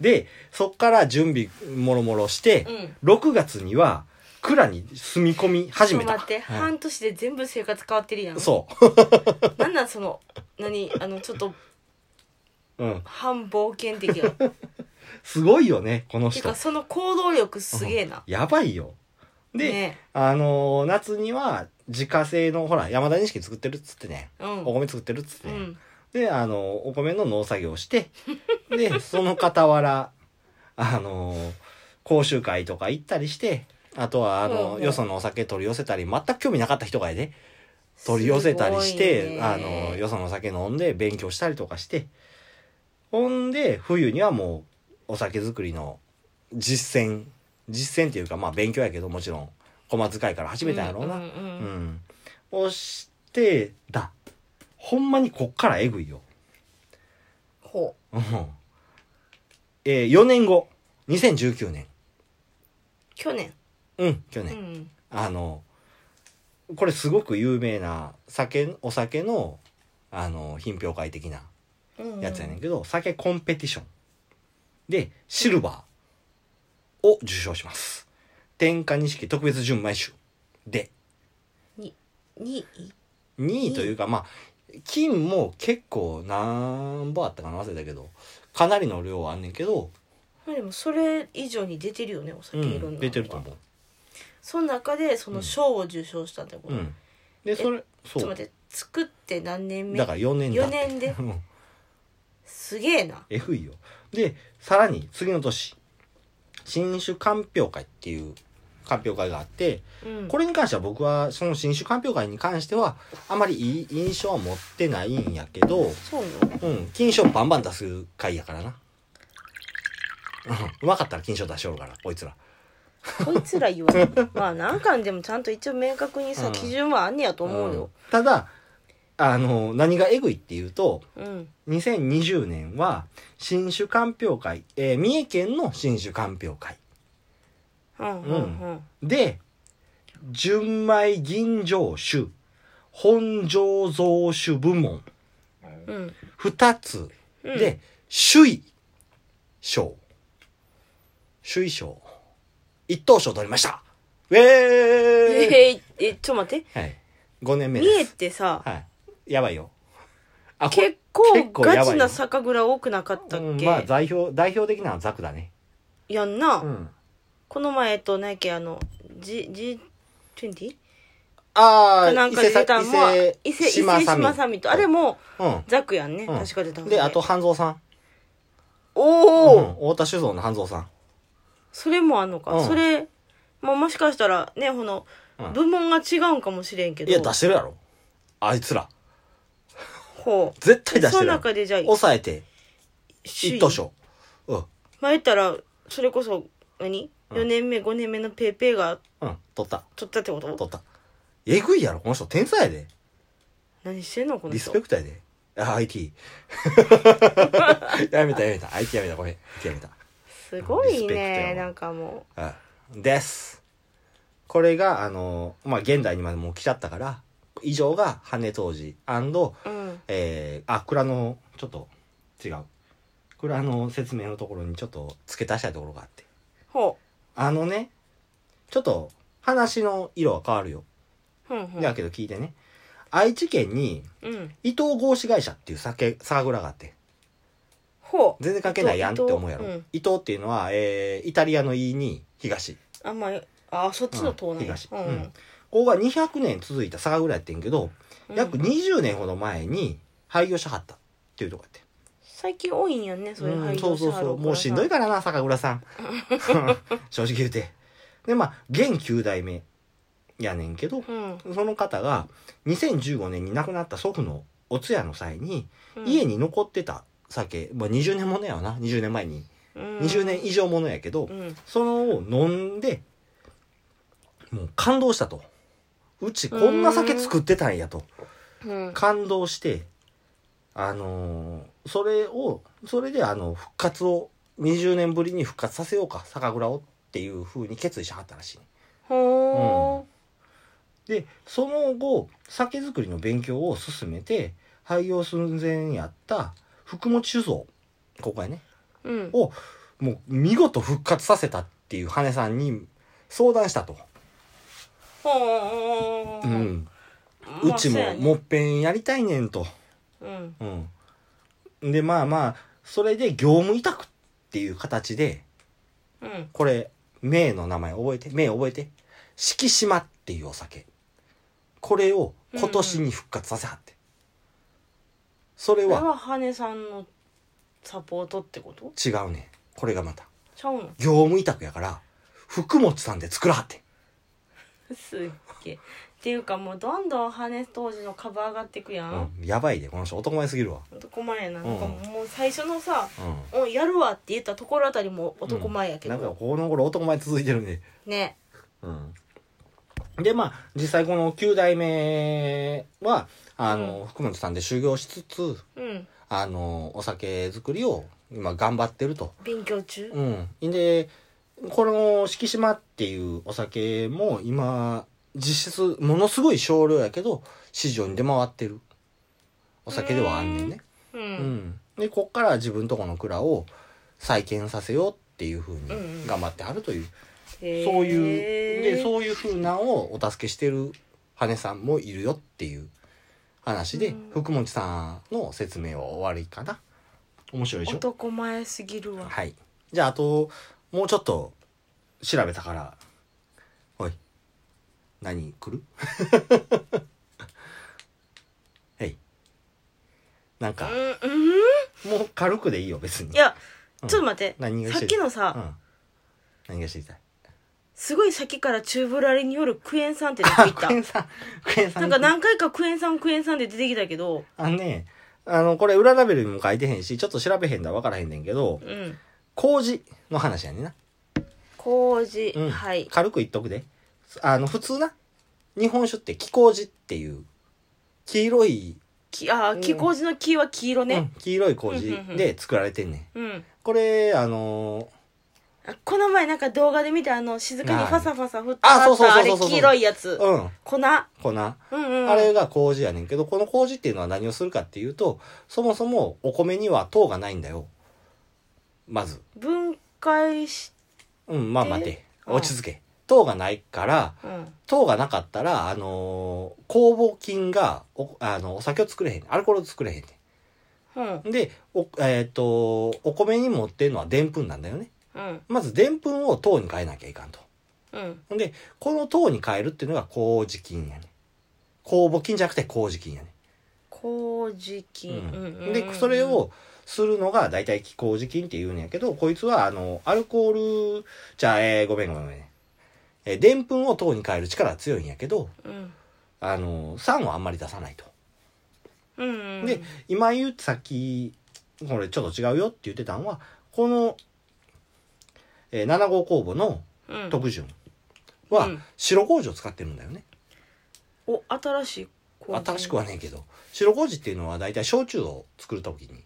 でそっから準備もろもろして
う、ん
6月には蔵に住み込み始
ちょっ
め
と
た
待って、
は
半年で全部生活変わってるやん
い、そ
なんなんその何あのちょっと
う、うん、
半冒険
(laughs)
的な
すごいよねこの
て
人
かその行動力すげえな、
やばいよで、
ね
あのー夏には自家製のほら山田錦作ってるっつってね
うん
お米作ってるっつって
う
ね、
ん
であのーお米の農作業をして
(laughs)
でその傍らあのー講習会とか行ったりしてあとはあのー
うんうん
よそのお酒取り寄せたり全く興味なかった人がやで取り寄せたりして、
すごいね
あのよそのお酒飲んで勉強したりとかしてほんで冬にはもうお酒作りの実践実践っていうかまあ勉強やけどもちろん駒使いから始めたんやろうな、
うんうん
う
うん
ん、をしてだほんまにこっからえぐいよ、
ほ
うんえー、4年後2019年
う去年、
うん去
う
年、
ん、
あのこれすごく有名な酒お酒のあの品評会的な
うんうん
やつやねんけど、酒コンペティションでシルバーを受賞します天下錦特別純米酒で
に
2位というかまあ金も結構なんぼあったかな忘れたけどかなりの量はあんねんけど、
まあでもそれ以上に出てるよねお
う
酒いろん
ん、
な
出てると思
その中でその賞を受賞したってこ
う、う
と、ち
ん、でそれ
ょっ
そ
と
う
待って作って何年目
だから4年だって
4年で
(laughs) うん
すげえな
えぐいよ。で、さらに次の年、新種鑑評会っていう鑑評会があって、
うん
これに関しては僕はその新種鑑評会に関しては、あまりいい印象は持ってないんやけど、
そうよ
うん、金賞バンバン出す会やからな。うんうまかったら金賞出しおるから、こいつら。
こいつら言わ (laughs) んまあ何巻でもちゃんと一応明確にさ、
うん
基準はあんねやと思う
うん
よ
ただ、あの、何がえぐいっていうと、
うん
2020年は、新種鑑評会、えー三重県の新種鑑評会。
うんうんうん
で、純米吟醸酒、本醸造酒部門、
うん
二つ
うん
で、首位賞、首位賞、一等賞取りましたウェーイ、
えー、えちょっと待って
はい、!5 年目
三重
で
っ
す。
てさ
はい。やばいよ。あ、これ
結構
結構やばい
ガ
よ
チな酒蔵多くなかったっ
うん
け、
まあ、代表、代表的なのはザクだね。
やんな、
うん。
この前えっと何やっけあの G G20
ああ、
なんかで出たんは伊
伊
勢
勢、伊勢
伊勢島
島
サ
サ
ミ
ミ
ットあれも
うん。
ザクやんね、
うん
確か出たの
で、あと、半蔵さん。
おお、
うん太田酒造の半蔵さん。
それもあんのか、
うん
それ、まあ、もしかしたらねこの
うん
部門が違うんかもしれんけど、
いや、出してるやろ。あいつら。
ほう
絶対出し
そ
てる
の
やろ。
中でじゃあ
抑えて、
首
一
位
等賞。うん。
まあ言ったらそれこそ何4年目5年目のペーペーが
うん。取った。
取ったってこと
取った。えぐいやろ、この人。天才やで。
何してんのこの
リス
人
ペクトやで。あ、IT。やめ
(laughs)
た、やめた。IT やめた、ごめん。IT やめた。
すごい
リスペクト
ね
よ
なんかも
うん。です。これが、あの、まあ、現代にまでもう来ちゃったから、以上が、羽根当時、
ううん
えー、あ、蔵の、ちょっと、違う。蔵の説明のところにちょっと付け足したいところがあって。
ほ
あのね、ちょっと話の色は変わるよ。
うふんふん
だけど聞いてね。愛知県に
うん
伊藤合資会社っていう酒、酒蔵があって。
ほう
全然関係ないやんって思うやろ。
伊
伊
藤
藤,、っていうのは、えー、イタリアの E に東。
あんまりあそっちの塔なんや
東。
う
うんん。ここが200年続いた酒蔵やってんけど、
うん
約20年ほど前に廃業しはったっていうとこやって。
最近多いんやねそういう
う
配
ん
慮
そうそうそうもうしんどいからな酒蔵さん (laughs) 正直言うてでまあ現9代目やねんけど
うん、
その方が2015年に亡くなった祖父のお通夜の際に
うん、
家に残ってた酒、まあ、20年ものやわな20年前に、
うん
20年以上ものやけど、
うん
そのを飲んでもう感動したとうちこんな酒作ってたんやと
うん
感動してあのーそれをそれであの復活を20年ぶりに復活させようか酒蔵をっていうふうに決意しはったらしいね
ほ
でその後酒造りの勉強を進めて廃業寸前やった福本酒造ここやね
ーうん
をもう見事復活させたっていう羽根さんに相談したと、
ほ
う
ー
ん、う
まあ
ち
そうや
も
ね
もっぺんやりたいねんと、
うん
うん、でまあまあそれで業務委託っていう形で
うん
これ名の名前覚えて名覚えて四季島っていうお酒これを今年に復活させはって、それ
これ
は
は羽根さんのサポートってこと
違うねこれがまた
ちゃうの
業務委託やから福本さんで作らはって
すっげえっていうかもうどんどん羽根当時の株上がっていくやん、
うん、やばいでこの人男前すぎるわ
男前やな,、
うん
なんかもう最初のさ
うん
「おやるわ」って言ったところあたりも男前やけ
なんか
ど、
この頃男前続いてるね
ね
うんでまあ実際この9代目はあの、福本さんで修行しつつ
うん
あのお酒作りを今頑張ってると
勉強中
うんでこの四季島っていうお酒も今実質ものすごい少量やけど市場に出回ってるお酒ではあんねんね
うん、
うん、でこっから自分とこの蔵を再建させようっていうふうに
うんうん
頑張ってはるという、
へー
そういうでそういうふうなんをお助けしてる羽根さんもいるよっていう話で、
うん
福本さんの説明は終わりかな面白いでしょ
男前すぎるわ
はいじゃああともうちょっと調べたからおい何来る (laughs) はいなんか
うんうん
もう軽くでいいよ別に
いや
うん
ちょっと待って、
何が
さっ
知りた
き
い
のさ、
うん、何が知りたい
すごい先から中ぶらりによるクエン酸って出て
(laughs) あ
きた
クエン酸クエン
な
酸
んか何回かクエン酸クエン酸で出てきたけど
あのねあのこれ裏ラベルにも書いてへんしちょっと調べへんだ分からへんねんけど
うん
麹の話やねんな、
麹、
うん
はい
軽く言っとくであの普通な日本酒って木麹っていう黄色い、
きあー木麹の木は黄色
う
ね
ん黄色い麹
うんうんうん
で作られてんねん
うん、
これあの
あこの前なんか動画で見たあの静かにファサファサ振って
あー
あ
そう
っ
そう
た
そ
あ
うそ
れ
うそう
黄色いやつ
うん
粉
粉あ
うんうん
れが麹やねんけどこの麹っていうのは何をするかっていうとそもそもお米には糖がないんだよまず
分解し
うん、まあ
で
待て。
うん
落ち着け。糖がないから、
うん
糖がなかったら、あのー酵母菌がお、あの、お酒を作れへん。アルコールを作れへんね
うん
ん。で、お、えっ、と、お米に持ってるのはでんぷんなんだよね。
うん
まずでんぷんを糖に変えなきゃいかんと。
うん
んで、この糖に変えるっていうのが麹菌やね。酵母菌じゃなくて麹菌やね。
麹
う
菌、うんうんうん
ん。で、それをするのが大体麹菌っていうんやけど、こいつは、あの、アルコール、じゃあ、えーごめんごめんごめん。えーでんぷんを糖に変える力は強いんやけど、
うん
あの酸をあんまり出さないと。
うんうん
で今言うさっきこれちょっと違うよって言ってたのはこの、えー7号酵母の
うん
特潤は
うん
白麹を使ってるんだよね。
お新しい麹
新しくはねえけど白麹っていうのは大体焼酎を作る時に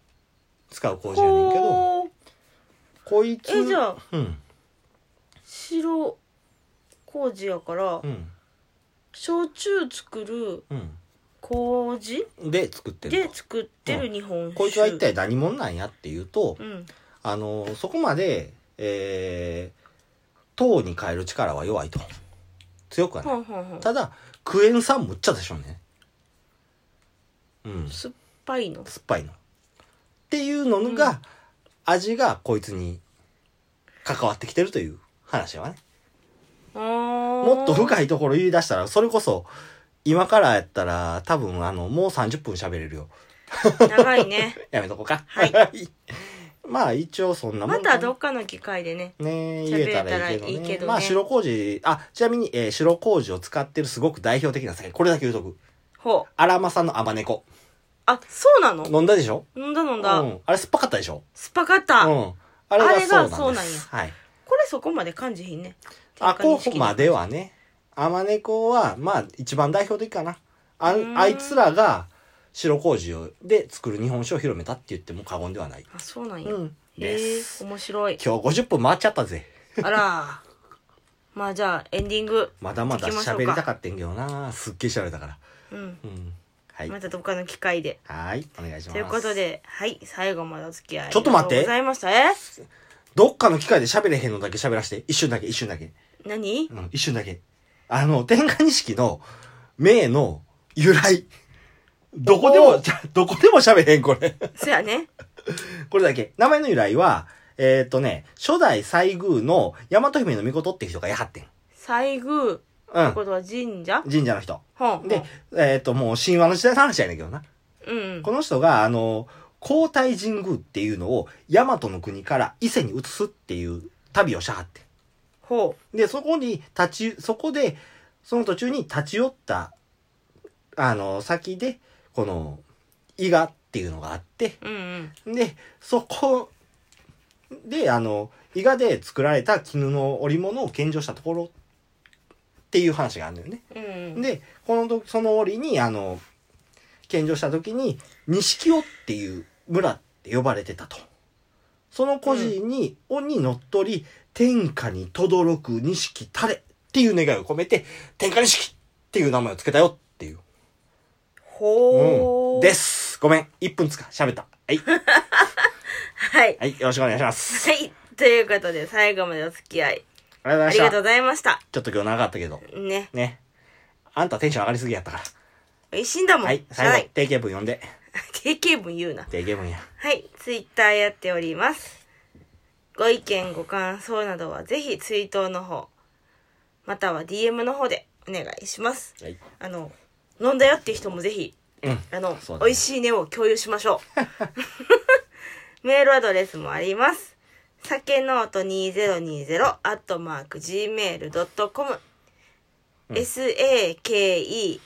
使う麹やねんけど
ほう
こいつ
えじゃあ
うん
白麹やから、
うん
焼酎作る麹
うんで作ってる
で
と。
作ってる日本酒、
こいつは一体何者なんやっていうと、
うん
あのそこまで、えー糖に変える力は弱いと強くはない
ほんほんほん
ただクエン酸むっちゃでしょうねうん酸
酸っぱいの
っぱいのっていうのが、
う
味がこいつに関わってきてるという話はねも
も
っと
い
深いところ言い出したらそれこそ今からやったら多分あのもう30分喋れるよ
長いね
やめとこうか
はい
(laughs) まあ一応そんなも
ま
んかな
たどっかの機会でね
ね
喋
言
れ
え
た
た
ら
ら
い
い
い
いけ
けど
ど
ね
ねまあ白麹あちなみに、えー白麹を使ってるすごく代表的な酒これだけ言うとく
ほ
荒政の天猫
あ、そうなの
飲んだでしょ
飲んだ飲ん
う
だ。
ん。あれ酸っぱかったでしょ
スパカタ。
う
こ
ん。あれがそうなんです。
あれがそうなんや
はい。
れそこまで感じひんね。
あ
天下
こ
錦
こまではね。アマネコは、まあ、一番代表的かな。あ
うん
あいつらが白麹をで作る日本酒を広めたって言っても過言ではない。
あ、そうなんや。
うん。
え
で
ー
す。
面白い。
今日50分回っちゃったぜ。
あら。 (laughs) まあじゃあ、エンディング。
まだまだ
行きましょう
喋
か
りたかってんけどな。すっげえ喋れたから。
うん。
うん。はい。
またどっかの機会で。
はい。お願いします。
ということ。で、はい、最後までお付き合い。
ちょっと待って
ありがうございました。え
どっかの機会で喋れへんのだけ喋らして。一瞬だけ、一瞬だけ。
何
うん、一瞬だけ。あの、天下錦の名の由来。どこで
お
も、じゃどこでも喋れへん、これ。
そやね。
これだけ。名前の由来は、えっ、ー、とね、初代西宮の大和姫の御事っていう人がやはってん。
西宮って
う
こ
ん。
とは神社
神社の人。
ほん。
で、えっ、ー、と、もう神話の時代の話やねんけどな。
うんうん。
この人が、あの、皇太神宮っていうのを大和の国から伊勢に移すっていう旅をしはってん。
ほ
で、そこに立ち、そこで、その途中に立ち寄った、あの、先で、この、伊賀っていうのがあって、
う。うんうん。
で、そこで、あの、伊賀で作られた絹の織物を献上したところっていう話があるんだよね。
うんうん。
で、この時、その折に、あの、献上した時に、錦尾っていう村って呼ばれてたと。その孤児に、尾に乗っ取り、天下に轟く錦たれっていう願いを込めて、天下錦っていう名前を付けたよっていう。
ほ
う
ー。
ん。で。す。ごめん。1分つか、喋った。はい。
はい。
はい。よろしくお願いします。
はい。ということで、最後までお付き合い。
(laughs) ありがとうございま
あり
し
が
た
とう。ございました。
ちょっと今日長かったけど。
ね。
ね。あんたテンション上がりすぎやったか
美味しいんだも
ら。は
ん。
い。
は
最後
い、。
定型文読んで。
定型文言うな。
定型文や。
はい。ツイッターやっております。ご意見、ご感想などは、ぜひ、ツイートの方、または DM の方でお願いします。
はい。
あの、飲んだよって人もぜひ、
うん。
あの、
そうだね
美味しいねを共有しましょ
(laughs)
う。メールアドレスもあります。酒ノート2020アットマーク gmail.com、sakenote2020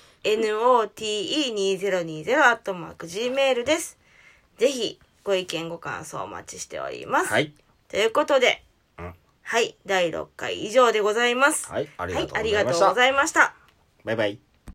アットマーク gmail です。ぜひ、ご意見ご感想お待ちしております。
はい。
ということで、
うん
はい、第6回以上でございます。
はい。あり
は
が
い
とうございました。
ありがとうございました。
バイバイ。